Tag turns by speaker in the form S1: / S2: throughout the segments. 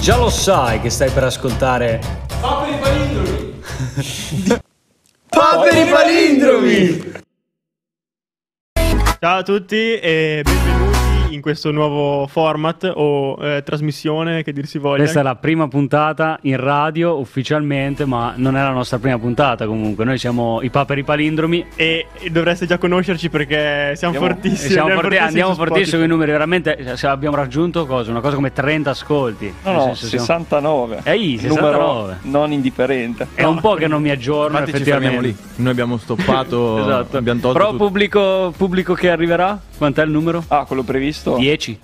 S1: Già lo sai che stai per ascoltare
S2: Paperi palindromi!
S3: Ciao a tutti e benvenuti in questo nuovo format o eh, trasmissione che dir si voglia.
S4: Questa è la prima puntata in radio ufficialmente, ma non è la nostra prima puntata comunque. Noi siamo i paperi palindromi.
S3: E, e dovreste già conoscerci perché siamo, fortissimi.
S4: Siamo
S3: abbiamo
S4: forti- andiamo
S3: su
S4: fortissimo con i
S3: Spotify.
S4: numeri, veramente cioè, se abbiamo raggiunto cosa? una cosa come 30 ascolti.
S5: No,
S4: Nel
S5: no,
S4: senso, siamo- Eh,
S5: 69.
S4: Ehi,
S5: Numero
S4: 69.
S5: non indifferente.
S4: È un po' che non mi aggiorno
S2: Infatti ci fermiamo
S4: effettivamente.
S2: lì. Noi abbiamo stoppato.
S4: Esatto.
S2: Abbiamo tolto
S4: Però
S2: tutto.
S4: pubblico, pubblico che arriverà, quant'è il numero?
S5: Ah, quello previsto?
S4: 10.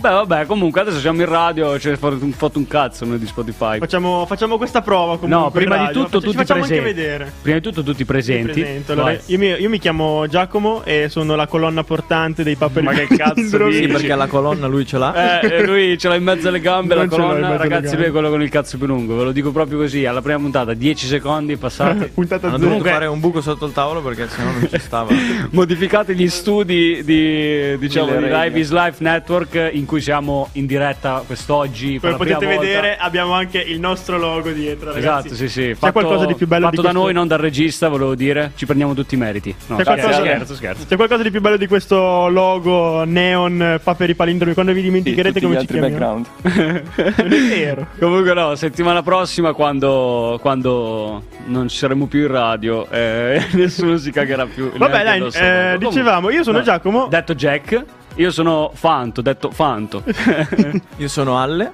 S4: Beh, vabbè, comunque adesso siamo in radio, ci ho fatto un cazzo noi di Spotify.
S3: Facciamo, facciamo questa prova comunque.
S4: no, prima
S3: in
S4: di
S3: radio,
S4: tutto
S3: ci
S4: tutti
S3: facciamo
S4: presenti.
S3: anche vedere.
S4: Prima di tutto tutti
S3: Mi
S4: presenti.
S3: presento, allora,
S4: Vai.
S3: io, mi, io mi chiamo Giacomo e sono la colonna portante dei paperi.
S4: Ma che cazzo
S3: palindromi.
S2: Sì, perché la colonna lui ce l'ha.
S4: Eh, eh, lui ce l'ha in mezzo alle gambe
S3: Non
S4: la
S3: ce l'ho in
S4: colonna,
S3: mezzo alle
S4: ragazzi,
S3: gambe.
S4: lui è quello con il cazzo più lungo, ve lo dico proprio così, alla prima puntata, 10 secondi passati.
S3: Puntata
S2: Hanno
S3: zero.
S2: dovuto
S4: Comunque-
S2: fare un buco sotto il tavolo perché sennò non ci stava.
S4: Modificate gli studi di diciamo
S5: Delle
S4: di
S5: regole.
S4: Live is Life Network in cui siamo in diretta quest'oggi per
S3: Come
S4: la
S3: potete
S4: prima volta.
S3: vedere abbiamo anche il nostro logo dietro. Ragazzi.
S4: Esatto, sì, sì.
S3: C'è qualcosa di più bello
S4: fatto
S3: di
S4: da
S3: questo-
S4: noi, non dal regista, volevo dire. Ci prendiamo tutti i meriti. No,
S3: C'è
S4: scherzo,
S3: qualcosa-
S4: scherzo, scherzo.
S3: C'è qualcosa di più bello di questo logo neon eh, paperi palindromi quando vi
S5: Sì,
S3: dimenticherete
S5: tutti
S3: come
S5: gli
S3: ci
S5: altri
S3: chiamiamo?
S5: background.
S3: Non è vero.
S4: Comunque no, settimana prossima quando, quando non saremo più in radio eh, nessuno si cagherà più.
S3: Vabbè,
S4: neanche
S3: dai,
S4: addosso.
S3: eh,
S4: Comunque-
S3: dicevamo, io sono Giacomo.
S4: Detto Jack, io sono Fanto, detto Fanto.
S2: Io sono Alle.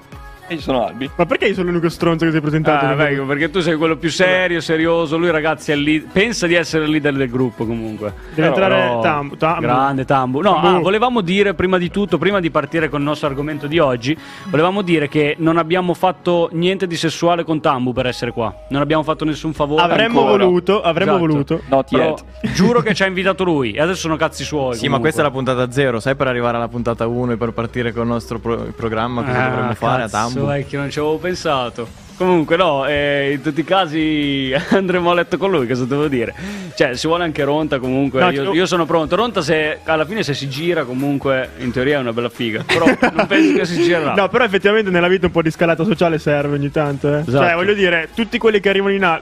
S5: E ci sono Albi.
S3: Ma perché io sono l'unico stronzo che si è presentato?
S4: Ah,
S3: Perché-
S4: vengo, perché tu sei quello più serio, serioso. Lui, ragazzi, è lì. Pensa di essere il leader del gruppo. Comunque,
S3: Deve
S4: Però-
S3: entrare Tam- Tambu.
S4: Grande Tambu. No,
S3: Tambu.
S4: ah, volevamo dire prima di tutto, prima di partire con il nostro argomento di oggi, volevamo dire che non abbiamo fatto niente di sessuale con Tambu per essere qua. Non abbiamo fatto nessun favore.
S3: avremmo
S5: Ancora.
S3: voluto, avremmo
S4: Esatto.
S3: voluto.
S5: Not
S4: Però
S5: yet.
S4: giuro che ci ha invitato lui. E adesso sono cazzi suoi.
S2: Sì, ma questa è la
S4: comunque.
S2: puntata zero. Sai, per arrivare alla puntata 1 e per partire col nostro pro- programma, cosa
S4: Ah,
S2: dovremmo fare a
S4: cazzo,
S2: Tambo?
S4: è che non ci avevo pensato. Comunque, no, eh, in tutti i casi andremo a letto con lui. Cosa devo dire? Cioè, si vuole anche Ronta. Comunque,
S3: No,
S4: io,
S3: ci-
S4: io sono pronto. Ronta, se alla fine, se si gira, comunque, in teoria è una bella figa. Però non penso che si girerà.
S3: No, però effettivamente nella vita un po' di scalata sociale serve ogni tanto. eh.
S4: Esatto.
S3: Cioè, voglio dire, tutti quelli che arrivano in A.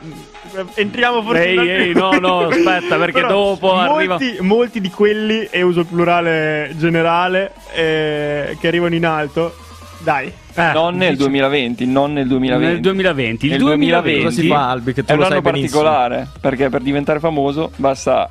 S3: Entriamo forse in
S4: Ehi,
S3: altri-
S4: ehi, no, no, aspetta, perché
S3: Però
S4: dopo
S3: molti,
S4: arriva-
S3: molti di quelli, e uso il plurale generale, eh, che arrivano in alto. Dai,
S4: Eh,
S5: non nel 2020, non nel 2020.
S4: nel 2020. Il
S5: Nel
S4: 2020,
S5: 2020.
S2: Cosa si fa, Albi? Che tu
S5: È un
S2: lo
S5: anno
S2: sai benissimo.
S5: particolare, perché per diventare famoso basta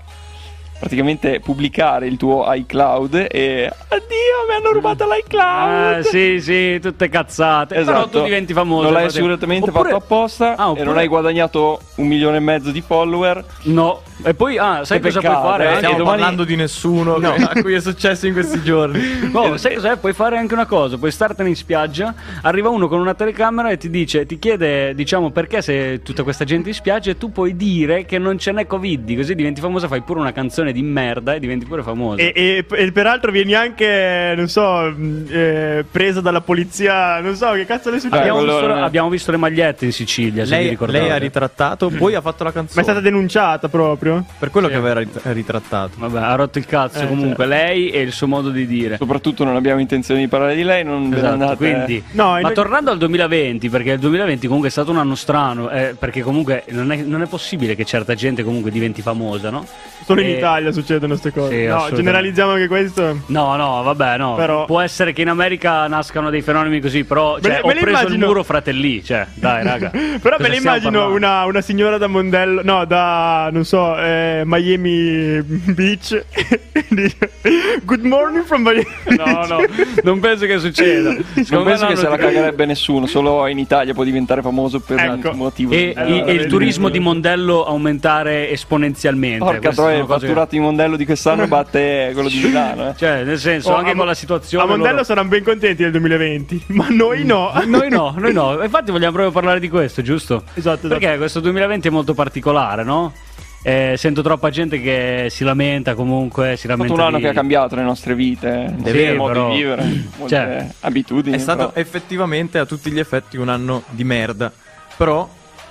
S5: praticamente pubblicare il tuo iCloud e... Addio, mi hanno rubato l'iCloud!
S4: Ah, sì, sì, tutte cazzate. Però tu diventi famoso.
S5: Esatto. Non l'hai
S4: infatti.
S5: assolutamente
S4: Oppure-
S5: fatto apposta
S4: Ah,
S5: e non
S4: oppure-
S5: hai guadagnato un milione e mezzo di follower.
S4: No, e poi, ah, sai
S5: Che
S4: cosa puoi
S5: peccato,
S4: fare?
S5: eh,
S4: Anche
S2: Stiamo
S5: E domani-
S2: parlando di nessuno a cui è successo in questi giorni.
S4: No, sai cos'è? Puoi fare anche una cosa, puoi startene in spiaggia, arriva uno con una telecamera e ti dice, ti chiede, diciamo, perché se tutta questa gente in spiaggia e tu puoi dire che non ce n'è Covid, così diventi famosa, fai pure una canzone di merda e diventi pure famosa.
S3: E, e- e peraltro vieni anche, non so, mh, eh, presa dalla polizia, non so che cazzo le succede.
S4: abbiamo,
S5: Eh, quello
S4: visto,
S5: non è-
S4: abbiamo visto le magliette in Sicilia, se vi
S2: Lei,
S4: ricordate.
S2: lei ha ritrattato, poi ha fatto la
S3: Ma
S2: canzone.
S3: è stata denunciata proprio.
S2: Per quello che aveva rit- ritrattato.
S4: Vabbè, ha rotto il cazzo
S3: Eh,
S4: comunque, lei e il suo modo di dire.
S5: Soprattutto non abbiamo intenzione di parlare di lei, non ve ne
S4: Esatto,
S5: andate-
S4: quindi,
S3: eh. No,
S4: ma
S3: in-
S4: tornando al 2020, perché il 2020 comunque è stato un anno strano, eh, perché comunque non è, non è possibile che certa gente comunque diventi famosa, no? Eh,
S3: Solo in
S4: E-
S3: Italia succedono queste cose.
S4: Sì,
S3: no,
S4: assolutamente.
S3: generalizziamo anche questo.
S4: No, no, vabbè, no.
S3: Però-
S4: Può essere che in America nascano dei fenomeni così, però cioè,
S3: le-
S4: ho
S3: me le
S4: preso
S3: immagino-
S4: il muro fratelli, cioè, dai, raga.
S3: Però me
S4: Cosa
S3: le
S4: stiamo
S3: immagino
S4: parlando?
S3: una, una signora da Mondello, no, da non so, eh, Miami Beach. Dice, Good morning from Miami.
S4: No, no, non penso che succeda.
S5: Non
S4: Secondo me
S5: penso che
S4: l'hanno
S5: se la
S4: tirato-
S5: cagherebbe nessuno, solo in Italia può diventare famoso per
S3: Ecco.
S5: un motivo.
S4: E,
S5: Eh,
S4: i- e il
S3: vedi,
S4: turismo
S3: vedi.
S4: di Mondello aumentare esponenzialmente.
S5: Porca
S4: Queste
S5: troia,
S4: sono
S5: il
S4: cose che-
S5: fatturato di Mondello di quest'anno batte quello di Milano. eh.
S4: Cioè, nel senso,
S3: Oh,
S4: anche
S3: a Mo-
S4: con la situazione.
S3: A Mondello
S4: loro-
S3: saranno ben contenti del 2020, ma noi no.
S4: Noi no, noi no. Infatti vogliamo proprio parlare di questo, giusto?
S3: Esatto, esatto.
S4: Perché questo 2020 è molto particolare, no? Eh, sento troppa gente che si lamenta comunque, si
S5: È
S4: lamenta
S5: stato un anno
S4: di-
S5: che ha cambiato le nostre vite, il nostro
S4: vero,
S5: modo
S4: però.
S5: di vivere, molte
S4: Cioè,
S5: abitudini.
S2: È stato
S5: però.
S2: effettivamente a tutti gli effetti un anno di merda. Però,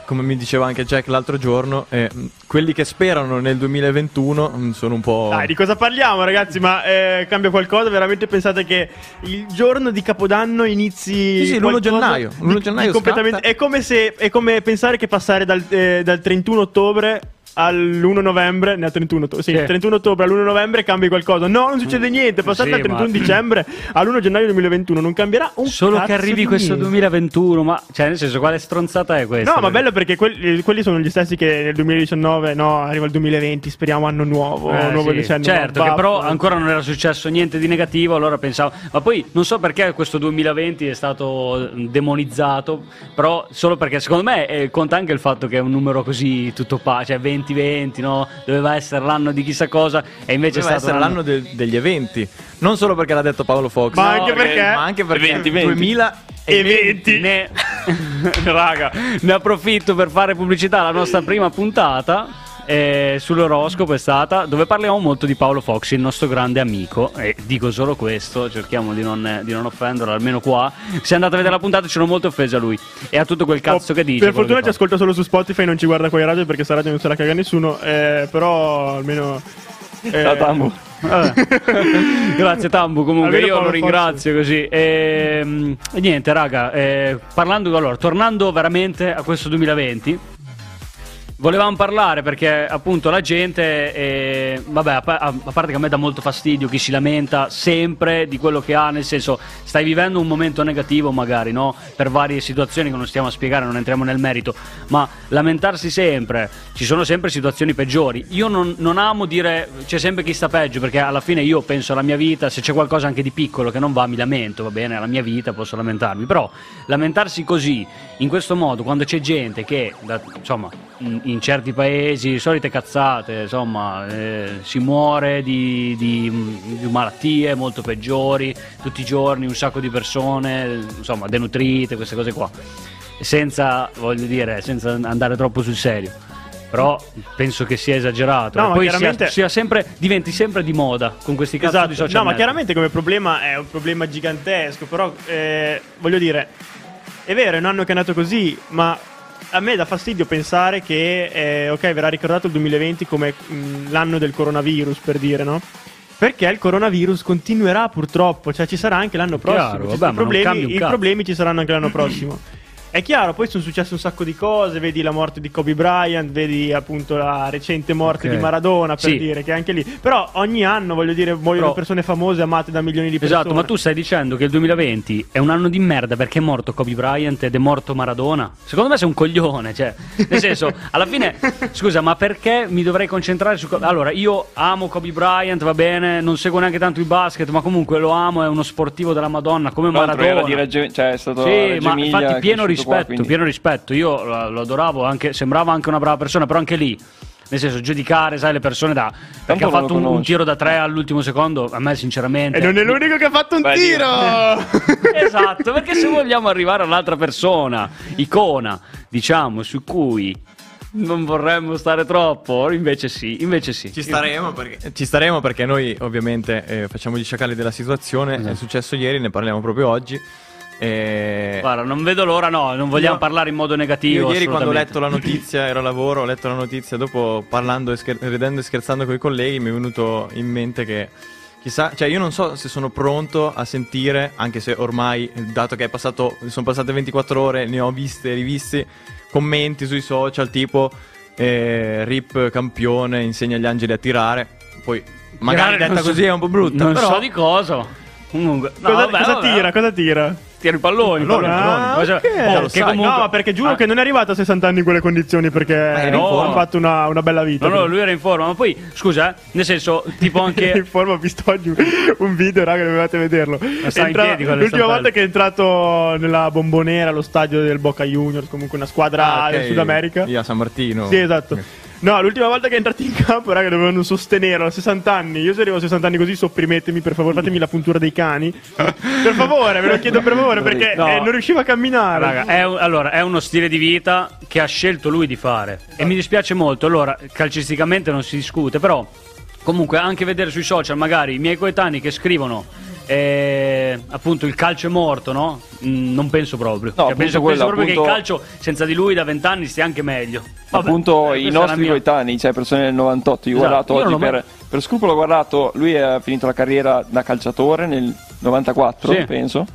S2: come mi diceva anche Jack l'altro giorno, eh, mh, quelli che sperano nel 2021 mh, sono un po'...
S3: Dai, di cosa parliamo, ragazzi? Ma eh, cambia qualcosa? Veramente pensate che il giorno di Capodanno inizi.
S2: Sì, sì, l'uno
S3: qualcosa
S2: gennaio.
S3: di-
S2: L'uno
S3: di
S2: gennaio
S3: completamente-
S2: scatta.
S3: È come se. È come pensare che passare dal, eh, dal 31 ottobre. All'1 novembre, ne ha 31, ottobre, sì,
S4: Sì.
S3: 31 ottobre all'1 novembre cambi qualcosa. No, non succede niente. Passate
S4: Sì,
S3: dal
S4: ma-
S3: 31 dicembre all'1 gennaio 2021, non cambierà un
S4: Solo che
S3: cazzo
S4: arrivi
S3: di
S4: questo
S3: niente.
S4: 2021, ma cioè, nel senso, quale stronzata è questa?
S3: No, ma bello perché quelli, quelli sono gli stessi che nel 2019, no, arriva il 2020, speriamo anno nuovo,
S4: Eh,
S3: nuovo
S4: sì,
S3: decennio.
S4: certo,
S3: no,
S4: che però
S3: vaffa-
S4: ancora non era successo niente di negativo, allora pensavo, ma poi non so perché questo 2020 è stato mm, demonizzato, però solo perché secondo me eh, conta anche il fatto che è un numero così tutto pa, cioè 2020, no? Doveva essere l'anno di chissà cosa e invece
S2: Doveva
S4: è stato
S2: essere
S4: un anno-
S2: l'anno de- degli eventi. Non solo perché l'ha detto Paolo Fox,
S3: Ma
S2: no,
S3: anche perché-
S2: ma anche perché
S5: 2020.
S2: 2000
S3: E 20.
S4: Ne... Raga, ne approfitto per fare pubblicità alla nostra prima puntata. eh, sull'oroscopo è stata dove parliamo molto di Paolo Fox, il nostro grande amico. E dico solo questo: cerchiamo di non, di non offenderlo, almeno qua. Se andate a vedere la puntata, ci sono molte offese a lui e a tutto quel cazzo
S3: Oh,
S4: che dice.
S3: Per
S4: quello
S3: fortuna
S4: che
S3: ci
S4: fa.
S3: ascolta solo su Spotify e non ci guarda con i radio perché sarà non se la caga nessuno. eh, però almeno. eh,
S5: La Tambo.
S4: Vabbè. Grazie Tambu, comunque
S3: Almeno
S4: io lo
S3: Paolo Fox.
S4: ringrazio così. Ehm, E, niente, raga, eh, parlando allora, tornando veramente a questo 2020. Volevamo parlare perché appunto la gente, eh, vabbè, a, pa- a- a parte che a me dà molto fastidio chi si lamenta sempre di quello che ha, nel senso stai vivendo un momento negativo magari, no? Per varie situazioni che non stiamo a spiegare, non entriamo nel merito, ma lamentarsi sempre, ci sono sempre situazioni peggiori. Io non, non amo dire c'è sempre chi sta peggio perché alla fine io penso alla mia vita, se c'è qualcosa anche di piccolo che non va mi lamento, va bene, è la mia vita posso lamentarmi, però lamentarsi così, in questo modo, quando c'è gente che, da- insomma, in, in certi paesi, solite cazzate, insomma, eh, si muore di, di- di malattie molto peggiori, tutti i giorni un sacco di persone, insomma, denutrite, queste cose qua, senza, voglio dire, senza andare troppo sul serio. Però penso che sia esagerato.
S3: No,
S4: E
S3: ma
S4: poi sia-
S3: chiaramente-
S4: sia sempre, diventi sempre di moda con questi cazzo
S3: Esatto.
S4: di social
S3: No, ma
S4: network.
S3: chiaramente come problema è un problema gigantesco. Però eh, voglio dire, è vero, è un anno che è nato così, ma a me dà fastidio pensare che, eh, ok, verrà ricordato il 2020 come mh, l'anno del coronavirus, per dire, no? Perché il coronavirus continuerà purtroppo, cioè ci sarà anche l'anno prossimo.
S4: Chiaro,
S3: Ci
S4: vabbè,
S3: sono
S4: ma non cambia un
S3: problemi, I
S4: cazzo.
S3: problemi ci saranno anche l'anno prossimo. È chiaro, poi sono successe un sacco di cose, vedi la morte di Kobe Bryant, vedi appunto la recente morte
S2: Ok.
S3: di Maradona, per
S4: Sì.
S3: dire che anche lì. Però ogni anno, voglio dire, muoiono
S4: Però-
S3: persone famose amate da milioni di persone.
S4: Esatto, ma tu stai dicendo che il 2020 è un anno di merda perché è morto Kobe Bryant ed è morto Maradona? Secondo me sei un coglione, cioè, nel senso, alla fine, scusa, ma perché mi dovrei concentrare su... Co- Allora, io amo Kobe Bryant, va bene, non seguo neanche tanto il basket, ma comunque lo amo, è uno sportivo della Madonna, come
S5: Tra l'altro
S4: Maradona.
S5: era di Reggio- cioè, è stato a
S4: Sì,
S5: Reggio
S4: ma
S5: Emilia,
S4: infatti
S5: è
S4: pieno
S5: cresciuto qua,
S4: rispetto,
S5: quindi-
S4: pieno rispetto. Io lo, lo adoravo, anche, sembrava anche una brava persona, però anche lì, nel senso, giudicare, sai, le persone da... Perché ha
S5: non lo
S4: fatto un, un
S5: conosci.
S4: tiro da tre all'ultimo secondo, a me sinceramente...
S3: E non è l'unico che ha fatto un
S5: Beh, Dio.
S3: tiro!
S4: Esatto, perché se vogliamo arrivare all'altra persona, icona, diciamo, su cui non vorremmo stare troppo, invece sì, invece sì.
S2: Ci staremo perché, Eh, ci staremo perché noi ovviamente eh, facciamo gli sciacalli della situazione, è successo ieri, ne parliamo proprio oggi. Eh, E...
S4: Guarda, non vedo l'ora, no, non vogliamo
S2: Io-
S4: parlare in modo negativo.
S2: Io ieri quando ho
S4: assolutamente.
S2: letto la notizia, ero a lavoro, ho letto la notizia, dopo parlando e scher- ridendo e scherzando con i colleghi mi è venuto in mente che chissà, cioè io non so se sono pronto a sentire, anche se ormai, dato che è passato, sono passate 24 ore, ne ho viste e rivisti, commenti sui social tipo eh, Rip campione, insegna agli angeli a tirare, poi magari
S4: Tirare non
S2: detta
S4: so-
S2: così è un po' brutta,
S4: Non
S2: però...
S4: so di cosa. Comunque, no,
S3: cosa
S4: vabbè,
S3: cosa
S4: vabbè.
S3: tira? Cosa tira?
S4: Tira i palloni.
S2: Palloni,
S4: palloni.
S2: palloni.
S4: Cosa-
S3: Ah, ok.
S4: Oh,
S2: Eh, lo
S4: che
S2: sai.
S4: comunque-
S3: no, ma perché giuro
S4: Ah,
S3: che non è arrivato a 60 anni in quelle condizioni perché
S2: era in
S3: no,
S2: forma.
S3: ha fatto una, una bella vita.
S4: No, no, lui era in forma, ma poi, scusa, eh, nel senso, tipo
S3: Era in
S4: anche...
S3: forma, ho visto oggi un- un video, raga, dovevate vederlo.
S4: stava in
S3: Entra-
S4: piedi con le
S3: l'ultima
S4: stampelle.
S3: volta che è entrato nella bombonera allo stadio del Boca Juniors, comunque una squadra
S2: Ah, ok,
S3: del Sud America.
S2: Io a San Martino.
S3: Sì, esatto. No, l'ultima volta che è entrato in campo, raga, dovevano sostenerlo a 60 anni. Io se arrivo a 60 anni così, sopprimetemi, per favore, fatemi la puntura dei cani. Per favore, ve lo chiedo per favore, perché
S4: No.
S3: eh, non riusciva a camminare.
S4: Raga, è, un- allora, è uno stile di vita che ha scelto lui di fare. E mi dispiace molto. Allora, calcisticamente non si discute, però. Comunque, anche vedere sui social magari i miei coetanei che scrivono eh, appunto il calcio è morto, no? Mm, non penso proprio.
S5: No,
S4: Cioè,
S5: appunto
S4: penso
S5: quello,
S4: penso proprio che il
S5: appunto-
S4: calcio senza di lui da vent'anni stia anche meglio. Vabbè,
S5: appunto
S4: eh,
S5: i
S4: questa è la
S5: nostri
S4: mia-
S5: coetanei, cioè persone del 98. Io ho
S4: Esatto,
S5: guardato
S4: io
S5: oggi
S4: non l'ho
S5: per,
S4: mai-
S5: per scrupolo, ho guardato, lui ha finito la carriera da calciatore nel 94,
S4: Sì.
S5: penso.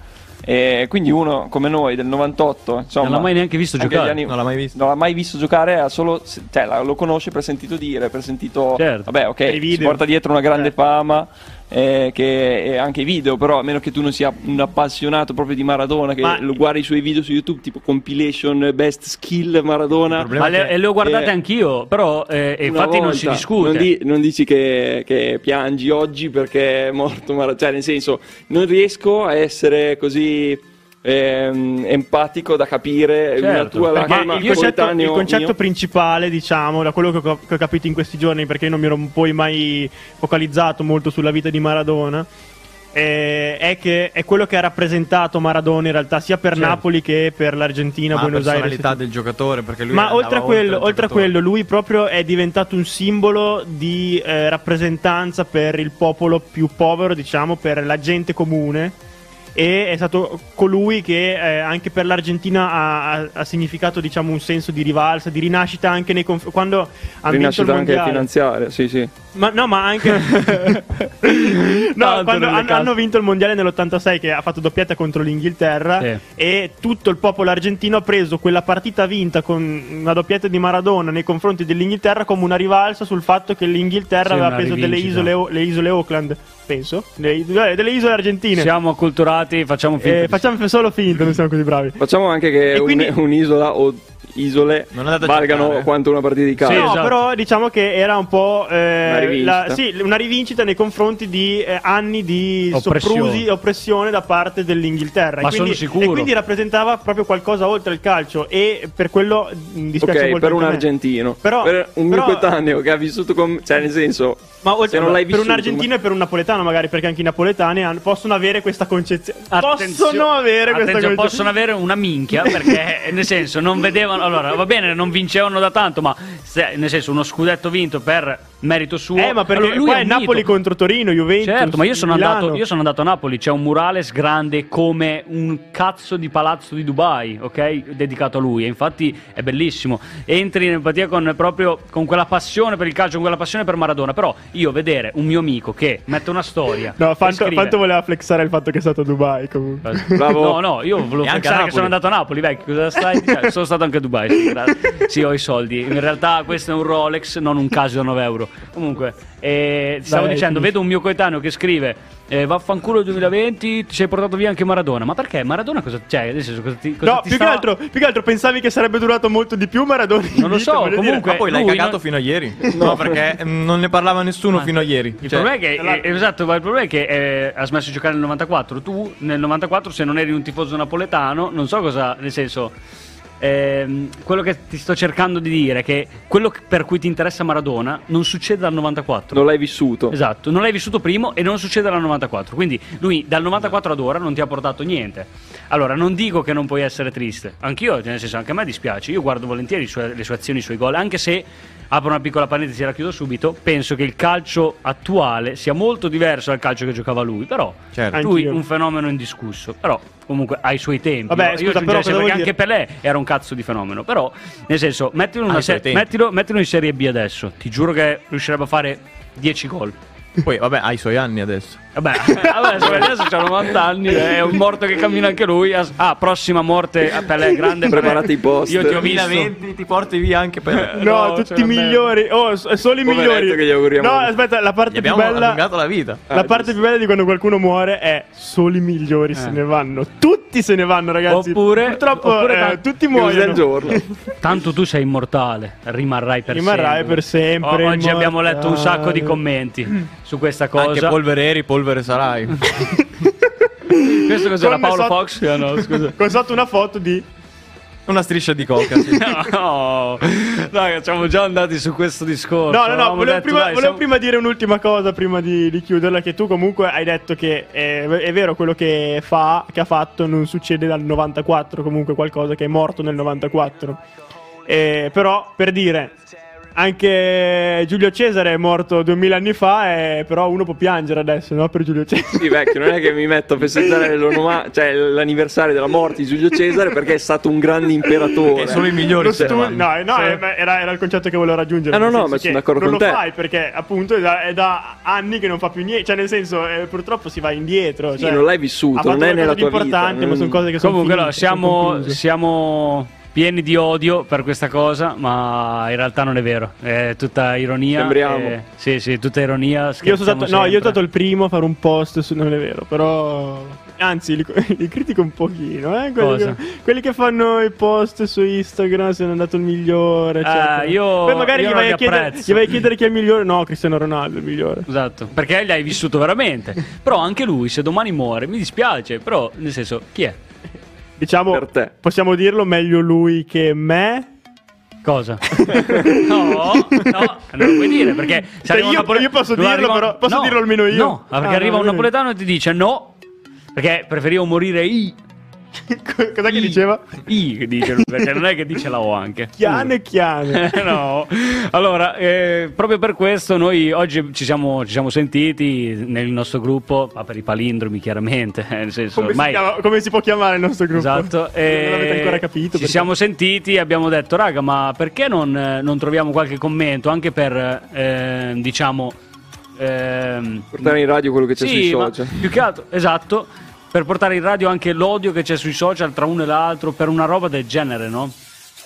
S5: E quindi uno come noi del 98, insomma,
S4: Non l'ha mai neanche visto
S5: anche
S4: giocare.
S5: gli
S2: Non l'ha mai visto.
S5: Non l'ha mai visto giocare, ha solo, se- cioè, la- lo conosce per sentito dire, per sentito...
S4: Certo.
S5: Vabbè, ok,
S3: i
S5: si
S3: video.
S5: porta dietro una grande
S3: Eh.
S2: Certo.
S5: fama, eh, che è anche i video, però a meno che tu non sia un appassionato proprio di Maradona, che
S3: Ma-
S5: lo guardi i suoi video su YouTube, tipo compilation, best skill Maradona,
S2: Il problema
S4: Ma le,
S2: che-
S4: e le ho guardate
S5: eh,
S4: anch'io, però eh, e
S5: una
S4: infatti non si
S5: volta.
S4: discute.
S5: Non, di- non dici che, che piangi oggi perché è morto Maradona. Cioè, nel senso, non riesco a essere così ehm, empatico da capire
S4: Certo,
S5: una tua
S4: perché
S5: lacrima.
S3: il concetto, il
S5: coetaneo
S3: concetto
S5: mio.
S3: principale, diciamo, da quello che ho, cap- che ho capito in questi giorni, perché non mi ero poi mai focalizzato molto sulla vita di Maradona, eh, è che è quello che ha rappresentato Maradona in realtà, sia per
S4: Certo.
S3: Napoli che per l'Argentina,
S2: Ma la
S3: Buenos Aires.
S2: personalità del giocatore, perché lui
S3: Ma
S2: andava
S3: oltre a, quello,
S2: al
S3: oltre a
S2: giocatore.
S3: quello, lui proprio è diventato un simbolo di eh, rappresentanza per il popolo più povero, diciamo, per la gente comune. E è stato colui che eh, anche per l'Argentina ha, ha- ha significato, diciamo, un senso di rivalsa, di rinascita anche nei confronti. Quando ha vinto il
S5: Rinascita anche
S3: mondiale.
S5: finanziaria, sì, sì.
S3: Ma no, ma anche. no,
S5: Tanto
S3: quando
S5: nelle
S3: han- hanno,
S5: casse.
S3: vinto il mondiale nell'86 che ha fatto doppietta contro l'Inghilterra
S4: Sì.
S3: e tutto il popolo argentino ha preso quella partita vinta con una doppietta di Maradona nei confronti dell'Inghilterra come una rivalsa sul fatto che l'Inghilterra
S4: Sì,
S3: aveva
S4: una
S3: preso delle
S4: rivincita.
S3: isole, le isole Auckland, penso, le is- eh, delle isole argentine.
S4: Siamo acculturati, facciamo finta.
S3: Eh,
S4: di-
S3: facciamo solo finta, non siamo così bravi.
S5: Facciamo anche che
S3: E
S5: un-
S3: quindi-
S5: un'isola o isole
S2: Non andate a
S5: valgano
S2: giocare.
S5: quanto una partita di calcio.
S4: Sì,
S3: no,
S4: esatto.
S3: però diciamo che era un po' eh,
S5: Una rivincita.
S3: la- sì, una rivincita nei confronti di eh, anni di
S4: Oppressione.
S3: soprusi e oppressione da parte dell'Inghilterra.
S4: Ma
S3: e quindi,
S4: sono sicuro.
S3: E quindi rappresentava proprio qualcosa oltre il calcio e per quello mh, dispiace
S5: Ok,
S3: molto
S5: per un
S3: anche a me.
S5: argentino,
S3: Però-
S5: per un
S3: però-
S5: mio coetaneo che ha vissuto con cioè nel senso,
S3: Ma oltre,
S5: se non l'hai
S3: per un
S5: vissuto,
S3: argentino e per un napoletano, magari, perché anche i napoletani hanno- possono avere questa concezione.
S4: Attenzio-
S3: Possono avere questa
S4: attenzio,
S3: concezione.
S4: possono avere una minchia perché eh, nel senso non vedevano allora va bene non vincevano da tanto ma se- nel senso uno scudetto vinto per merito suo
S3: Eh, ma perché
S4: Allora, lui
S3: qua
S4: è
S3: è
S4: un mito.
S3: Napoli contro Torino, Juventus.
S4: certo ma io sono,
S3: Milano.
S4: andato, io sono andato a Napoli c'è un murales grande come un cazzo di palazzo di Dubai ok dedicato a lui e infatti è bellissimo entri in empatia con proprio con quella passione per il calcio con quella passione per Maradona però io vedere un mio amico che mette una storia
S3: No,
S4: e
S3: Fanto,
S4: scrive-
S3: Fanto voleva flexare il fatto che è stato a Dubai comunque.
S4: No,
S5: Bravo.
S4: no, io volevo
S2: E anche
S4: pensare
S2: a
S4: che sono
S2: Napoli.
S4: andato a Napoli, vecchio. Cosa stai? dicendo? sono stato anche a Dubai. Sì, gra- sì, ho i soldi. In realtà, questo è un Rolex, non un caso da 9 euro. Comunque, eh, ti stavo
S3: Dai,
S4: dicendo,
S3: finisci.
S4: vedo un mio coetaneo che scrive: eh, Vaffanculo 2020, ti sei portato via anche Maradona. Ma perché Maradona? Cosa c'è? Nel senso, cosa ti. Cosa
S3: No,
S4: ti
S3: più,
S4: stava-
S3: che altro, più che altro pensavi che sarebbe durato molto di più Maradona. in
S4: Non lo
S3: vita,
S4: so,
S3: voglio dire.
S4: comunque-
S2: Ma poi l'hai
S4: Lui
S2: cagato
S4: non-
S2: fino a ieri? No, perché mm, non ne parlava nessuno
S4: Ma-
S2: fino a ieri.
S4: Il
S2: Cioè,
S4: problema è che, eh, esatto, ma il problema è che eh, ha smesso di giocare nel 94. Tu nel 94, se non eri un tifoso napoletano, non so cosa, nel senso, ehm, quello che ti sto cercando di dire è che quello che- per cui ti interessa Maradona non succede dal 94.
S5: non l'hai vissuto.
S4: Esatto, non l'hai vissuto primo e non succede dal 94. Quindi lui dal 94 ad ora non ti ha portato niente. Allora, non dico che non puoi essere triste. Anch'io, nel senso, anche a me dispiace. Io guardo volentieri i suoi- le sue azioni, i suoi gol, anche se apro una piccola parentesi e la chiudo subito. Penso che il calcio attuale sia molto diverso dal calcio che giocava lui, però
S2: Certo.
S4: lui
S3: Anch'io.
S4: un fenomeno indiscusso, però comunque ha i suoi tempi. Io
S3: Vabbè, scusa, però
S4: aggiungerei
S3: cosa
S4: sempre che
S3: vuol
S4: anche Pelé era un cazzo di fenomeno, però nel senso, mettilo in, una
S2: Ha i suoi
S4: se-
S2: tempi.
S4: mettilo- mettilo in Serie B adesso, ti giuro che riuscirebbe a fare 10 gol.
S2: Poi, vabbè, ha i suoi anni adesso.
S4: Vabbè, vabbè, se adesso c'ha 90 anni, è un morto che cammina anche lui. As- Ah, prossima morte, eh, Pelé, grande Pelé.
S5: Preparate i post.
S4: Io ti ho visto.
S2: 2020 ti porti via anche per...
S3: No,
S4: No,
S3: tutti
S4: c'è
S3: i
S4: una merda.
S3: migliori. Oh, s- solo i
S5: Poveretto
S3: migliori.
S5: che gli auguriamo. Ah,
S3: No, aspetta, la
S2: Gli
S3: parte più
S2: abbiamo
S3: bella.
S2: allungato la vita.
S3: La parte più bella di quando qualcuno muore è solo i migliori se ne vanno. Tutti se ne vanno, ragazzi.
S4: Eh. Oppure-
S3: purtroppo
S4: oppure
S3: eh,
S4: tanti-
S3: tutti
S5: News del
S3: muoiono.
S5: giorno.
S4: Tanto tu sei immortale, rimarrai per
S3: Rimarrai
S4: sempre.
S3: per sempre,
S4: O- oggi
S3: immortale.
S4: abbiamo letto un sacco di commenti su questa cosa.
S2: Anche polvere eri, polvere sarai.
S4: Questo cos'era
S3: Con
S4: Paolo
S3: sotto-
S4: Fox? Ah, No, scusa.
S3: Con sotto una foto di
S2: Una striscia di coca, sì.
S4: No, dai, siamo già andati su questo discorso.
S3: No, no, no,
S4: Avevamo
S3: volevo,
S4: detto,
S3: prima,
S4: dai,
S3: volevo
S4: siamo-
S3: prima dire un'ultima cosa prima di, di chiuderla, che tu comunque hai detto che eh, è, vero quello che fa, che ha fatto non succede dal 94, comunque qualcosa che è morto nel 94. Eh, però, per dire, Anche Giulio Cesare è morto 2000 anni fa, eh, però uno può piangere adesso, no? Per Giulio Cesare.
S5: Sì, vecchio, non è che mi metto a festeggiare l'onoma- cioè, l'anniversario della morte di Giulio Cesare perché è stato un grande imperatore.
S2: Perché sono i migliori
S3: Lo stu- no,
S2: Stefano.
S3: no,
S2: Cioè,
S3: eh, beh, era, era il concetto che volevo raggiungere.
S5: Ah, no,
S3: nel
S5: no,
S3: senso
S5: ma sono
S3: che
S5: d'accordo
S3: non
S5: con
S3: lo
S5: te.
S3: fai perché appunto è da, è da anni che non fa più niente. Cioè, nel senso, eh, purtroppo si va indietro.
S5: Sì,
S3: cioè,
S5: non l'hai vissuto,
S3: ha fatto
S5: non è nella
S3: qualcosa
S5: tua
S3: di importante, ma
S5: vita, non-
S3: sono cose che sono
S4: Comunque, allora,
S3: finite, sono
S4: siamo,
S3: concluse.
S4: siamo pieni di odio per questa cosa, ma in realtà non è vero. È tutta ironia.
S5: Sembriamo.
S4: e- sì, sì, tutta ironia.
S3: Io sono stato,
S4: scherziamo
S3: no, io sono stato
S4: sempre.
S3: il primo a fare un post su non è vero, però anzi li, li critico un pochino, eh, quelli,
S4: Cosa?
S3: che, quelli che fanno i post su Instagram se ne è andato il migliore, eccetera.
S4: Eh, io-
S3: Poi magari
S4: io
S3: gli,
S4: non
S3: vai
S4: li
S3: a chiedere,
S4: apprezzo.
S3: gli vai a chiedere chi è il migliore, no, Cristiano Ronaldo è il migliore.
S4: Esatto, perché l'hai vissuto veramente. Però anche lui, se domani muore, mi dispiace, però nel senso, chi è?
S3: Diciamo
S5: Per te.
S3: possiamo dirlo meglio lui che me.
S4: Cosa? No, no, non lo puoi dire perché se
S3: Cioè,
S4: arriva un
S3: io-
S4: napole-
S3: io posso
S4: non
S3: dirlo,
S4: arriva un-
S3: però- posso
S4: no,
S3: dirlo almeno io?
S4: No, ah, perché
S3: Ah,
S4: arriva
S3: no,
S4: un
S3: io-
S4: napoletano e ti dice no, perché preferivo morire i.
S3: Co- Cos'è che
S4: i-
S3: diceva?
S4: I, che dice lui, perché non è che dice la O anche.
S3: Chiane chiane.
S4: Eh, no, allora, eh, proprio per questo noi oggi ci siamo, ci siamo sentiti nel nostro gruppo, ma per i palindromi chiaramente, eh, nel senso,
S3: Come, si
S4: ormai...
S3: chiama- come si può chiamare il nostro gruppo?
S4: Esatto,
S3: non l'avete
S4: eh,
S3: ancora capito.
S4: Ci
S3: perché-
S4: siamo sentiti e abbiamo detto, raga, ma perché non, eh, non troviamo qualche commento anche per, eh, diciamo, ehm,
S5: Portare in radio quello che c'è sui
S4: sì, ma
S5: social.
S4: più che altro, esatto, per portare in radio anche l'odio che c'è sui social tra uno e l'altro, per una roba del genere, no?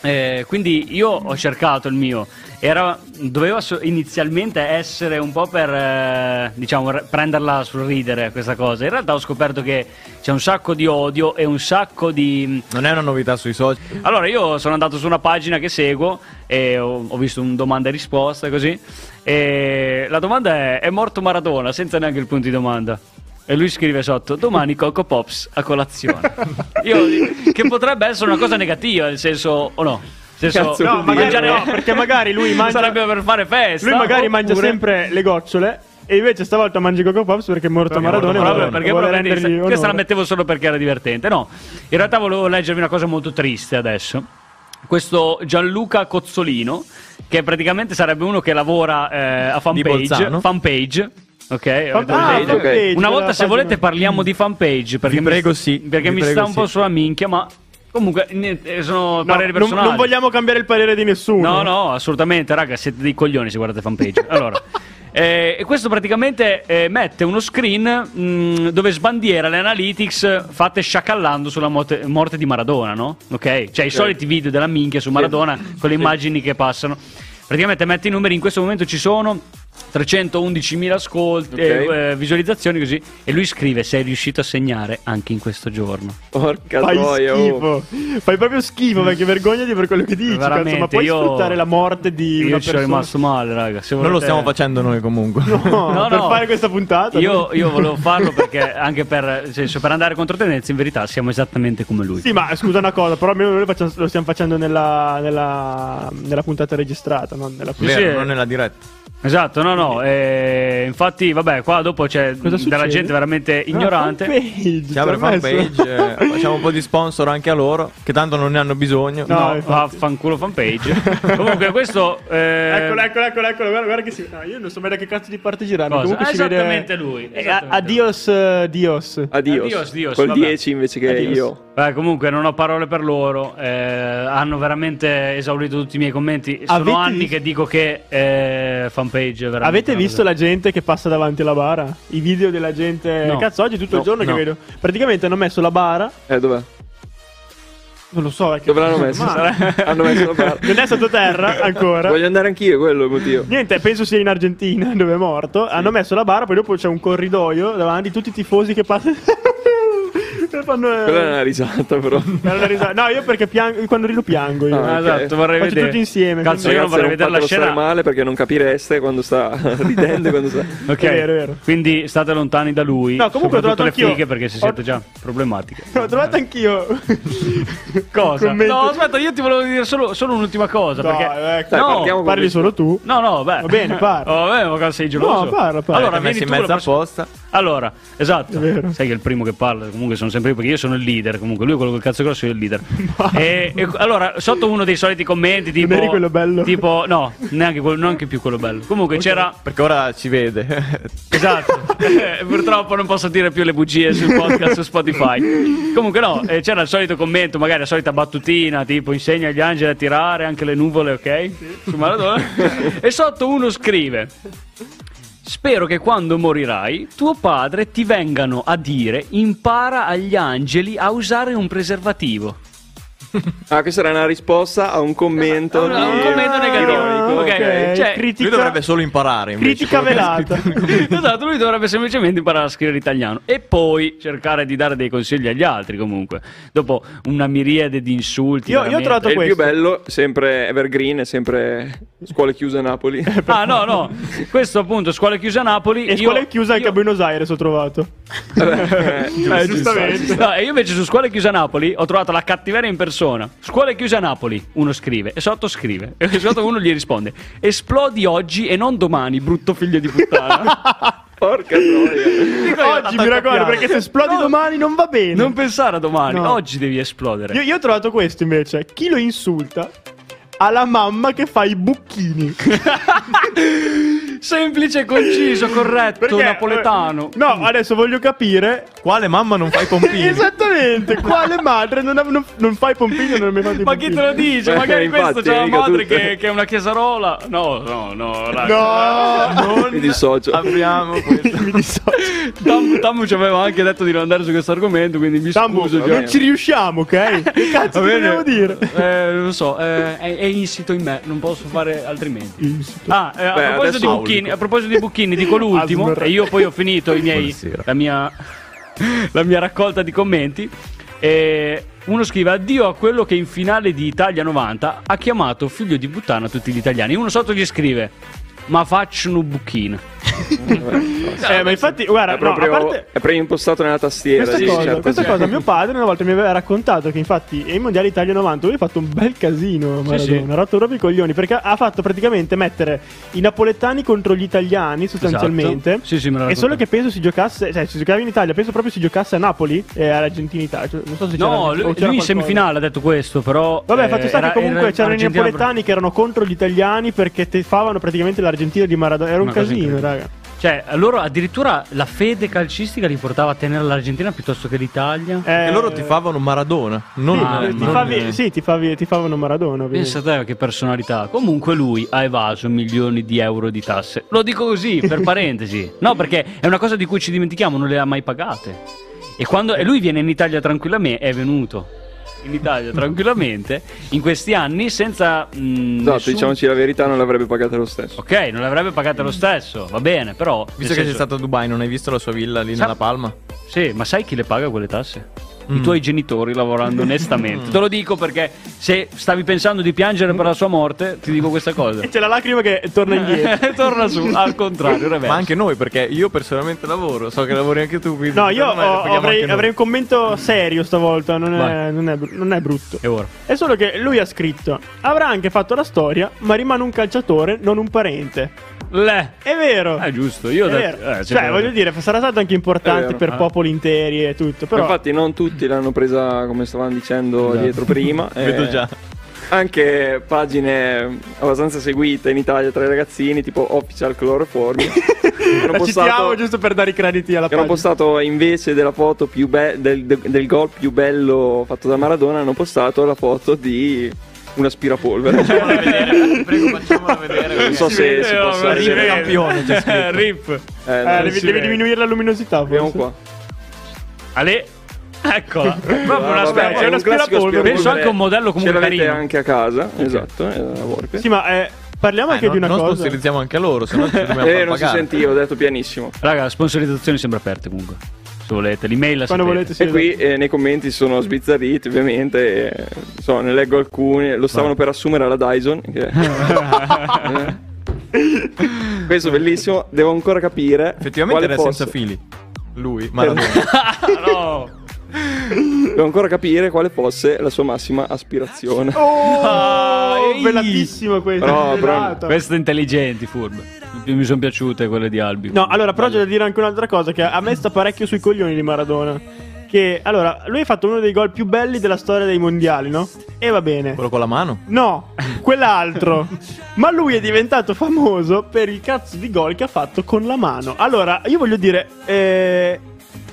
S4: Eh, quindi io ho cercato il mio, Era- doveva so- inizialmente essere un po' per eh, diciamo re- prenderla sul ridere questa cosa. In realtà ho scoperto che c'è un sacco di odio e un sacco di.
S2: Non è una novità sui social.
S4: Allora io sono andato su una pagina che seguo e ho, ho visto un domanda e risposta così. E la domanda è: è morto Maradona senza neanche il punto di domanda? E lui scrive sotto: domani Coco Pops a colazione. Io, che potrebbe essere una cosa negativa, nel senso, o no? Nel senso,
S5: Cazzo,
S3: No,
S5: vuol
S3: magari
S5: dire-
S3: no, perché magari lui mangia
S4: sarebbe per fare festa.
S3: Lui magari mangia
S4: oppure-
S3: sempre le gocciole. E invece stavolta mangi Coco Pops perché è morto
S2: Perché è
S3: Maradona.
S2: morto
S4: Proprio
S3: e
S2: Maradona.
S3: vuole-
S4: perché
S3: vuole
S4: proprio
S3: rendergli
S4: questa- questa la
S3: onore.
S4: mettevo solo perché era divertente. No, in realtà volevo leggervi una cosa molto triste adesso. Questo Gianluca Cozzolino, che praticamente sarebbe uno che lavora eh, a fanpage.
S2: Bolzano.
S4: Fanpage. Ok, avete
S3: Ah,
S4: presente?
S5: ok.
S3: fanpage,
S4: una volta
S3: quella
S4: se volete
S3: pagina.
S4: parliamo di fanpage perché
S2: Vi
S4: mi-
S2: prego, sì.
S4: perché
S2: Vi
S4: mi
S2: prego,
S4: sta un po'
S2: sì.
S4: sulla minchia, ma comunque niente, eh, sono
S3: No,
S4: pareri
S3: non,
S4: personali.
S3: non vogliamo cambiare il parere di nessuno.
S4: No, no, assolutamente, raga, siete dei coglioni se guardate fanpage. Allora, eh, e questo praticamente eh, mette uno screen mh, dove sbandiera le analytics fatte sciacallando sulla mote- morte di Maradona, no? Ok? Cioè i soliti video della minchia su Maradona con le immagini che passano. Praticamente mette i numeri, in questo momento ci sono 311.000 ascolti,
S5: Ok.
S4: eh, eh, visualizzazioni così, e lui scrive sei riuscito a segnare anche in questo giorno.
S5: Porca
S3: Fai
S5: troia, oh.
S3: schifo. Fai proprio schifo perché vergognati per quello che dici. cazzo,
S4: Mm. Veramente,
S3: ma puoi
S4: io-
S3: sfruttare la morte di
S4: Io
S3: una
S4: ci sono
S3: persona?
S4: rimasto male, raga. se
S2: Non lo
S4: volete-
S2: stiamo facendo noi comunque.
S3: No,
S4: No,
S3: per
S4: no.
S3: fare questa puntata. no?
S4: Io, io volevo farlo perché anche per, nel senso, per andare contro tendenza, in verità siamo esattamente come lui.
S3: Sì, ma scusa una cosa, però almeno noi lo, facciamo- lo stiamo facendo nella, nella, nella puntata registrata, non nella puntata.
S2: Vero,
S4: sì.
S2: non nella diretta.
S4: Esatto, no, no. eh, infatti, vabbè, qua dopo c'è
S3: Cosa
S4: della
S3: succede? Ah,
S4: gente veramente ignorante.
S3: fanpage,
S2: Si apre
S3: ci ha messo-
S2: fanpage, eh, facciamo un po' di sponsor anche a loro, che tanto non ne hanno bisogno.
S3: No,
S4: No,
S3: infatti.
S4: vaffanculo fanpage. Comunque, questo. eh,
S3: Eccolo, eccolo, eccolo, eccolo, guarda, guarda che si... No, io non so mai da che cazzo di parte girarmi.
S4: Cosa?
S3: Comunque si vede-
S4: Esattamente lui,
S3: Eh,
S4: esattamente
S3: a- adios, eh, dios.
S5: Adios.
S4: Adios, dios,
S5: Col
S4: vabbè.
S5: 10 invece che
S3: Adios.
S5: io.
S4: Beh, comunque, non ho parole per loro. eh, hanno veramente esaurito tutti i miei commenti. Sono
S3: Avete
S4: anni
S3: vis-
S4: che dico che eh, fanpage è veramente.
S3: Avete
S4: una
S3: visto
S4: cosa-
S3: la gente che passa davanti alla bara? I video della gente.
S4: No.
S3: Cazzo, oggi è tutto
S5: No,
S3: il giorno
S5: no.
S3: che vedo. Praticamente hanno messo la bara.
S5: Eh, dov'è?
S3: Non lo so, è che-
S5: Dove l'hanno messo?
S3: Ma-
S5: Hanno messo la barra.
S3: non è sottoterra ancora.
S5: Voglio andare anch'io, quello è il motivo.
S3: Niente, penso sia in Argentina dove è morto. Hanno messo la bara, poi dopo c'è un corridoio davanti, tutti i tifosi che passano. E fanno, eh,
S5: Quella è una risata, però.
S3: fanno la risata. No, io perché piang- quando rido piango io.
S5: Ah,
S4: Ah,
S5: ok.
S4: Esatto, vorrei
S3: Faccio
S4: vedere.
S3: tutti insieme,
S4: Cazzo,
S3: quindi-
S4: io
S5: Ragazzi,
S4: non vorrei
S5: non
S4: vedere la
S5: fatelo stare
S4: scena.
S5: male perché non capireste quando sta ridendo, e quando sta...
S4: Ok,
S3: È vero, è vero.
S4: quindi state lontani da lui.
S3: No, comunque ho
S4: soprattutto
S3: trovato
S4: le
S3: anch'io-
S4: fighe perché se siete
S3: ho-
S4: già problematiche.
S3: L'ho trovato anch'io.
S4: Cosa?
S3: Commento-
S4: No, aspetta, io ti volevo dire solo, solo un'ultima cosa.
S3: Dai,
S4: perché...
S3: ecco.
S5: Dai,
S4: No,
S5: partiamo con
S3: Parli
S5: questo.
S3: solo tu.
S4: No, no, beh.
S3: Va bene, parla.
S4: Va bene, ma cosa sei geloso?
S3: No, parla, parla.
S4: Allora,
S2: messi
S4: vieni
S2: in
S4: tu la
S2: mezzo
S4: prossima-
S2: apposta.
S4: Allora, esatto.
S3: È vero.
S4: Sai che è il primo che parla, comunque sono sempre io perché io sono il leader. Comunque, lui è quello col cazzo grosso, io il leader. e, e allora, sotto uno dei soliti commenti, tipo.
S3: eri quello bello.
S4: Tipo, no, neanche, quello- neanche più quello bello. Comunque, c'era.
S2: Perché ora ci vede.
S4: Esatto, Eh, purtroppo non posso dire più le bugie sul podcast su Spotify. Comunque no, eh, c'era il solito commento, magari la solita battutina, tipo insegna agli angeli a tirare anche le nuvole, ok? Su Maradona. e sotto uno scrive, spero che quando morirai tuo padre ti vengano a dire impara agli angeli a usare un preservativo.
S5: Ah, questa era una risposta a un
S3: Ah,
S5: commento.
S4: Un- un
S5: di-
S4: commento negativo.
S5: ironico.
S4: Eh, ok, cioè,
S3: critica,
S2: Lui dovrebbe solo imparare. invece,
S3: critica
S2: quello che ha
S3: velata.
S2: scritto.
S4: esatto, lui dovrebbe semplicemente imparare a scrivere italiano e poi cercare di dare dei consigli agli altri comunque. Dopo una miriade di insulti.
S3: Io- io ho
S4: veramente.
S3: trovato-
S5: E il
S3: questo.
S5: più bello, sempre Evergreen, è sempre scuole chiuse a Napoli.
S4: Ah no, no, questo appunto, scuola chiusa a Napoli.
S3: E
S4: io-
S3: scuola è chiusa anche
S4: io-
S3: a Buenos Aires ho trovato.
S5: Vabbè, eh,
S3: Eh, giustamente.
S4: No, e io invece su scuola chiusa a Napoli ho trovato la cattiveria in persona. Scuola chiusa a Napoli, uno scrive e sotto scrive. E sotto uno gli risponde: Esplodi oggi e non domani, brutto figlio di puttana.
S5: Porca troia.
S3: Oggi mi raccomando, perché se esplodi
S4: No.
S3: domani non va bene.
S4: non pensare a domani,
S3: No.
S4: oggi devi esplodere.
S3: Io, io ho trovato questo invece. Chi lo insulta ha la mamma che fa i bucchini.
S4: Semplice, conciso, corretto,
S3: Perché- eh,
S4: napoletano.
S3: No, adesso voglio capire.
S2: Quale mamma non fa i pompini?
S3: Esatto. Esattamente, quale madre non, ha- non, non fa i pompini o non ha mai fatto i
S4: Ma chi
S3: pompini?
S4: te lo dice?
S5: Beh,
S3: Eh,
S4: Magari
S5: infatti,
S4: questo c'è la
S5: mica
S4: madre
S5: tutte.
S4: che, che è una chiesarola. No, no, no, raga.
S3: No,
S5: Mi dissocio.
S3: Eh,
S2: Apriamo questo.
S3: mi dissocio.
S4: Tam- Tammu ci aveva anche detto di non andare su questo argomento, quindi mi
S3: Tambo,
S4: scuso.
S5: vabbè.
S4: Giorgio.
S3: non ci riusciamo, ok? Che cazzo
S4: Va
S3: ti
S4: bene?
S3: vogliamo dire?
S4: Eh, non lo so, eh, è, è insito in me, non posso fare altrimenti. Ah, eh, a,
S5: Beh,
S4: proposito
S5: adesso
S4: di bucchini, a proposito di bucchini, dico l'ultimo,
S3: Asmr.
S4: e io poi ho finito i miei,
S2: Buonasera.
S4: la, mia, la mia raccolta di commenti. E uno scrive addio a quello che in finale di Italia 90 ha chiamato figlio di puttana tutti gli italiani. Uno sotto gli scrive, ma facciano bucchina.
S3: eh, ma infatti, guarda,
S5: È
S3: no,
S5: proprio
S3: a parte
S5: è preimpostato nella tastiera.
S3: questa
S5: di
S3: cosa,
S5: certe
S4: certo
S3: questa
S5: cose.
S3: cosa mio padre una volta mi aveva raccontato che infatti ai mondiali Italia 90 lui ha fatto un bel casino Maradona,
S4: sì.
S3: ha rotto proprio i coglioni perché ha fatto praticamente mettere i napoletani contro gli italiani sostanzialmente
S4: Esatto. Sì, sì, me l'ha
S3: e solo
S4: raccontato.
S3: che penso si giocasse cioè si giocava in Italia penso proprio si giocasse a Napoli e all'Argentina Italia cioè, non so se c'era-
S4: No,
S3: o
S4: lui,
S3: c'era
S4: lui in
S3: qualcosa.
S4: semifinale ha detto questo, però...
S3: Vabbè,
S4: eh,
S3: fatto sta
S4: era-
S3: che comunque
S4: era
S3: c'erano i
S4: Argentina-
S3: napoletani che erano contro gli italiani perché tefavano praticamente l'Argentina di Maradona. Era un
S4: Una cosa
S3: casino,
S4: incredibile.
S3: raga.
S4: Cioè, a loro addirittura la fede calcistica li portava a tenere l'Argentina piuttosto che l'Italia.
S3: Eh,
S2: E loro ti favano Maradona, non
S3: sì,
S2: Ah,
S3: ti
S2: mamma
S3: favi-
S2: mia.
S3: sì, ti favi- ti favano Maradona.
S4: Pensa a te che personalità. Comunque lui ha evaso milioni di euro di tasse. Lo dico così, per parentesi. No, perché è una cosa di cui ci dimentichiamo, non le ha mai pagate. E, quando, e lui viene in Italia tranquillamente, è venuto in Italia tranquillamente in questi anni senza... mm,
S5: Esatto,
S4: nessun-
S5: diciamoci la verità, non l'avrebbe pagata lo stesso.
S4: Ok, non l'avrebbe pagata lo stesso, va bene, però... nel
S2: Visto che sei
S4: senso-
S2: stato a Dubai, non hai visto la sua villa lì
S4: Sa-
S2: nella Palma?
S4: Sì, ma sai chi le paga quelle tasse? I
S2: Mm.
S4: tuoi genitori lavorando onestamente. Te lo dico perché se stavi pensando di piangere per la sua morte, ti dico questa cosa.
S3: E c'è la lacrima che torna indietro.
S4: E torna su, al contrario, reverso.
S2: Ma anche noi, perché io personalmente lavoro, so che lavori anche tu. quindi
S3: No, io
S2: per me la
S3: ho-
S2: paghiamo
S3: avrei,
S2: anche noi.
S3: avrei un commento serio stavolta, non è,
S4: Vai.
S3: non è bru- non è brutto.
S4: E ora?
S3: È solo che lui ha scritto: Avrà anche fatto la storia, ma rimane un calciatore, non un parente.
S4: Le.
S3: È vero.
S4: È Eh, giusto, io ho
S3: È
S4: detto-
S3: vero.
S4: eh, sì,
S3: cioè,
S4: però-
S3: voglio dire, sarà stato anche
S5: È
S3: importante
S5: vero.
S3: per
S5: Ah.
S3: popoli interi e tutto. Però, Esatto.
S5: Infatti, non tutti l'hanno presa come stavamo dicendo dietro prima. eh,
S2: Vedo già.
S5: Anche pagine abbastanza seguite in Italia tra i ragazzini, tipo Official Chloroform. che hanno
S3: la citiamo
S5: postato-
S3: giusto per dare i crediti alla
S5: che hanno
S3: pagina.
S5: postato invece della foto più be- del, del- del gol più bello fatto da Maradona, hanno postato la foto di un aspirapolvere. Cioè,
S2: Fammela vedere, prego, facciamola vedere.
S5: non so se
S2: perché-
S5: si
S4: Eh,
S5: possa
S4: ma
S5: vedere.
S4: rivede.
S2: campione, c'è scritto.
S4: Eh, Rip.
S5: Eh,
S3: Eh,
S5: no,
S3: devi,
S4: si
S3: devi
S4: vede.
S3: diminuire la luminosità.
S5: vediamo
S3: forse.
S5: qua.
S4: Ale. Eccola. Proprio
S5: Ah,
S4: una
S5: vabbè,
S4: specie.
S5: è
S3: una
S5: un classico
S3: aspirapolvere.
S4: Penso anche a un modello comunque
S5: Ce l'avete
S4: carino.
S5: anche a casa, esatto, eh, la Volpe.
S3: Sì, ma eh, parliamo
S2: Eh,
S3: anche
S2: no,
S3: di una
S2: non
S3: cosa.
S2: sponsorizziamo anche a loro, se no ci dobbiamo
S5: eh,
S2: far
S5: non si
S2: pagare.
S5: sentiva, ho detto pianissimo.
S4: Raga, la sponsorizzazione sempre aperte comunque. Se volete, l'email la
S3: Quando
S4: sapete.
S3: volete, sì.
S5: E qui eh, nei commenti si sono sbizzarriti, ovviamente. eh, non so, ne leggo alcuni. Lo stavano per assumere alla Dyson. che- Eh. Questo è bellissimo. Devo ancora capire.
S2: Effettivamente
S5: quale
S2: era
S5: fosse- Eh.
S2: senza fili. Lui, Maradona.
S4: Ah, no.
S5: Devo ancora capire quale fosse la sua massima aspirazione.
S3: Oh,
S4: Dai.
S3: bellissimo questo.
S5: Però- però-
S3: Esatto.
S4: Queste intelligenti, furbe. Più Mi sono piaciute quelle di Albi.
S3: No, allora, però c'è da dire anche un'altra cosa: che a me sta parecchio sui coglioni di Maradona. Che allora, lui ha fatto uno dei gol più belli della storia dei mondiali, no? E va bene.
S2: Quello con la mano.
S3: No, quell'altro. Ma lui è diventato famoso per il cazzo di gol che ha fatto con la mano. Allora, io voglio dire, eh,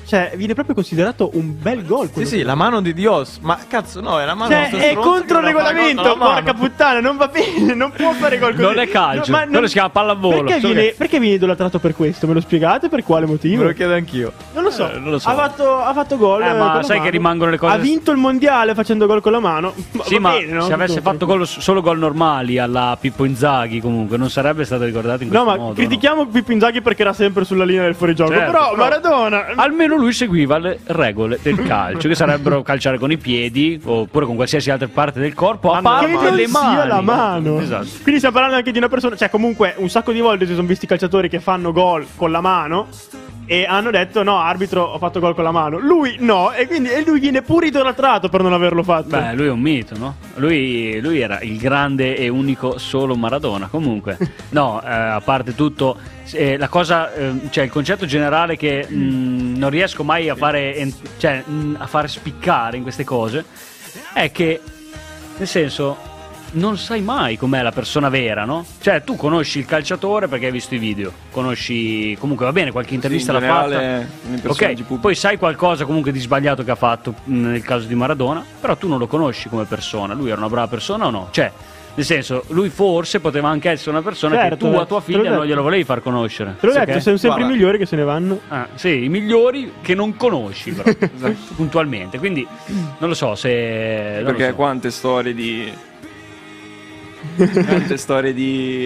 S3: cioè, viene proprio considerato un bel gol.
S2: Sì,
S3: quello
S2: sì, la mano di Dios. Ma cazzo, no, è la mano
S3: Cioè,
S2: di
S3: è contro il regolamento, porca puttana, non va bene, non può fare qualcosa.
S4: Non è calcio,
S3: ma
S4: quello si chiama pallavolo.
S3: Perché
S4: Solo
S3: viene,
S4: che-
S3: perché viene idolatrato per questo? Me lo spiegate? Per quale motivo?
S2: Me lo chiedo anch'io.
S3: Non lo so,
S4: Eh, non lo so.
S3: Ha, fatto, ha fatto gol.
S4: Eh, ma
S3: con la
S4: sai che
S3: mano.
S4: rimangono le cose-
S3: Ha vinto il mondiale facendo gol con la mano.
S4: Sì,
S3: va
S4: ma
S3: bene, no?
S4: se avesse
S3: Tutto.
S4: fatto gol- solo gol normali alla Pippo Inzaghi, comunque, non sarebbe stato ricordato in
S3: No,
S4: questo
S3: ma
S4: modo.
S3: critichiamo Pippo Inzaghi perché era sempre sulla linea del fuorigioco.
S4: Certo,
S3: però,
S4: però-
S3: Maradona.
S4: Almeno lui seguiva le regole del calcio, che sarebbero calciare con i piedi oppure con qualsiasi altra parte del corpo, a
S2: Ma
S3: Che
S2: non
S4: parte
S3: non
S4: le mani.
S3: sia la mano.
S4: Esatto.
S3: Quindi stiamo parlando anche di una persona. Cioè, comunque, un sacco di volte si sono visti calciatori che fanno gol con la mano. E hanno detto: No, arbitro, ho fatto gol con la mano. Lui no, e quindi e lui viene pure idolatrato per non averlo fatto.
S4: Beh, lui è un mito, no? Lui, lui era il grande e unico solo Maradona. Comunque, no, eh, a parte tutto, eh, la cosa, eh, cioè il concetto generale che
S5: Mm.
S4: mh, non riesco mai a fare, en- cioè, mh, a far spiccare in queste cose è che, nel senso, non sai mai com'è la persona vera, no? Cioè, tu conosci il calciatore perché hai visto i video, conosci, comunque, va bene, qualche intervista
S5: in
S4: l'ha
S5: generale, nei
S4: fatta.
S5: personaggi
S4: Ok,
S5: pubblici.
S4: poi sai qualcosa comunque di sbagliato che ha fatto mh, nel caso di Maradona, però tu non lo conosci come persona. Lui era una brava persona o no? Cioè, nel senso, lui forse poteva anche essere una persona
S3: Certo,
S4: che tu a tua
S3: te l'ho
S4: figlia non
S3: detto.
S4: glielo volevi far conoscere.
S3: Te l'ho
S4: Ok?
S3: detto, sono sempre i
S2: Guarda.
S3: migliori che se ne vanno.
S4: Ah, sì, i migliori che non conosci, però, esatto, puntualmente. Quindi, non lo so se. Eh, non lo
S5: Perché
S4: so.
S5: quante storie di. quante storie di.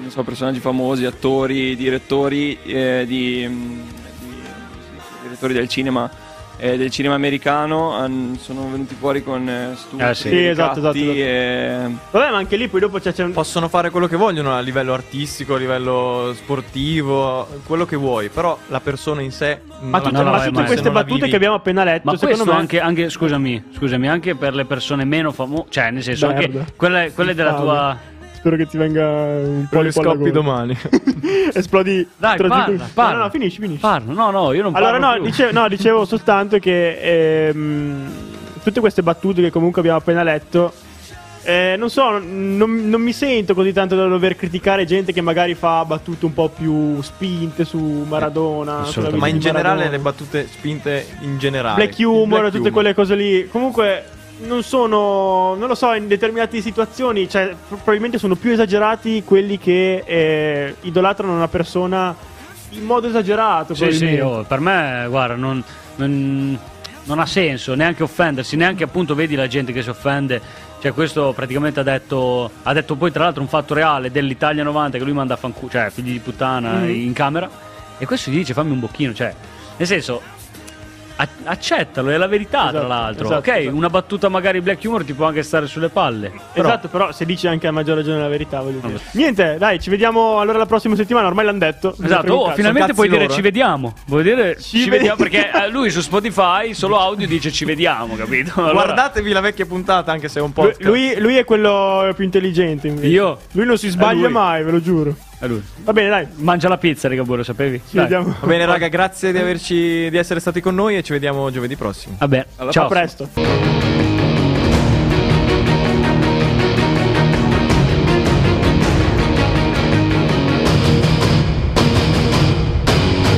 S5: non so, personaggi famosi, attori, direttori, eh, di, mm, di- direttori del cinema. eh, del cinema americano han- sono venuti fuori con eh, stupri,
S4: Ah, sì.
S3: Sì, esatto, esatto,
S5: ricatti
S3: esatto.
S5: e-
S3: Vabbè, ma anche lì poi dopo c'è, c'è un.
S2: Possono fare quello che vogliono a livello artistico, a livello sportivo, quello che vuoi. Però la persona in sé. non
S3: Ma
S2: la
S3: tutte,
S4: no,
S3: ma
S4: no,
S3: tutte
S2: conosci,
S4: eh, ma-
S2: se
S3: queste
S2: non la
S3: battute
S2: vivi.
S3: che abbiamo appena letto,
S4: Ma
S3: Cioè, secondo
S4: questo
S3: me.
S4: anche, anche- scusami, scusami, anche per le persone meno famose, cioè nel senso
S3: Merda.
S4: anche quelle, quelle della tua...
S3: Spero che ti venga un po'
S2: Con gli scoppi domani.
S3: Esplodi.
S4: Dai,
S3: tra-
S4: parla,
S3: No,
S4: parla.
S3: no, no, finisci, finisci.
S4: Parlo, no, no, io non
S3: Allora,
S4: parlo
S3: no,
S4: più.
S3: dice- no, dicevo soltanto che ehm, tutte queste battute che comunque abbiamo appena letto, eh, non so, non, non mi sento così tanto da dover criticare gente che magari fa battute un po' più spinte su Maradona. sulla vita
S2: Ma in
S3: di
S2: generale
S3: Maradona.
S2: le battute spinte in generale.
S3: Black
S2: Il
S3: humor,
S2: black
S3: tutte quelle cose lì. Comunque non sono, non lo so, in determinate situazioni, cioè pro- probabilmente sono più esagerati quelli che eh, idolatrano una persona in modo esagerato.
S4: Sì, sì,
S3: probabilmente.
S4: oh, per me, guarda, non, non- non ha senso neanche offendersi, neanche appunto vedi la gente che si offende. Cioè, questo praticamente ha detto, ha detto poi tra l'altro un fatto reale dell'Italia 90 che lui manda a fanculo, cioè figli di puttana
S3: Mhm.
S4: in camera. E questo gli dice fammi un bocchino, cioè, nel senso, a- accettalo, è la verità tra
S3: Esatto,
S4: l'altro.
S3: esatto,
S4: ok,
S3: esatto.
S4: una battuta magari black humor ti può anche stare sulle palle. Però,
S3: esatto, però se dici anche a maggior ragione la verità, voglio dire.
S4: Vabbè.
S3: Niente, dai, ci vediamo allora la prossima settimana, ormai l'hanno detto. non
S4: Esatto,
S3: frega un
S4: oh,
S3: cazzo.
S4: finalmente
S2: cazzi
S4: puoi dire
S2: loro,
S4: ci
S2: eh.
S4: vediamo. Vuol dire ci,
S3: vediamo.
S4: vediamo perché eh, lui su Spotify solo audio dice ci vediamo, capito? Allora,
S2: Guardatevi la vecchia puntata, anche se è un po'.
S3: Lui, lui- lui è quello più intelligente invece.
S4: Io?
S3: Lui non si sbaglia
S4: lui.
S3: mai, ve lo giuro.
S4: è eh, lui.
S3: Va bene, dai, ci
S4: Mangia la pizza, Rigabue, lo sapevi? Dai.
S3: vediamo.
S2: Va bene, raga, grazie di averci di essere stati con noi e ci vediamo giovedì prossimo.
S4: Vabbè,
S5: Alla
S4: ciao.
S3: A presto.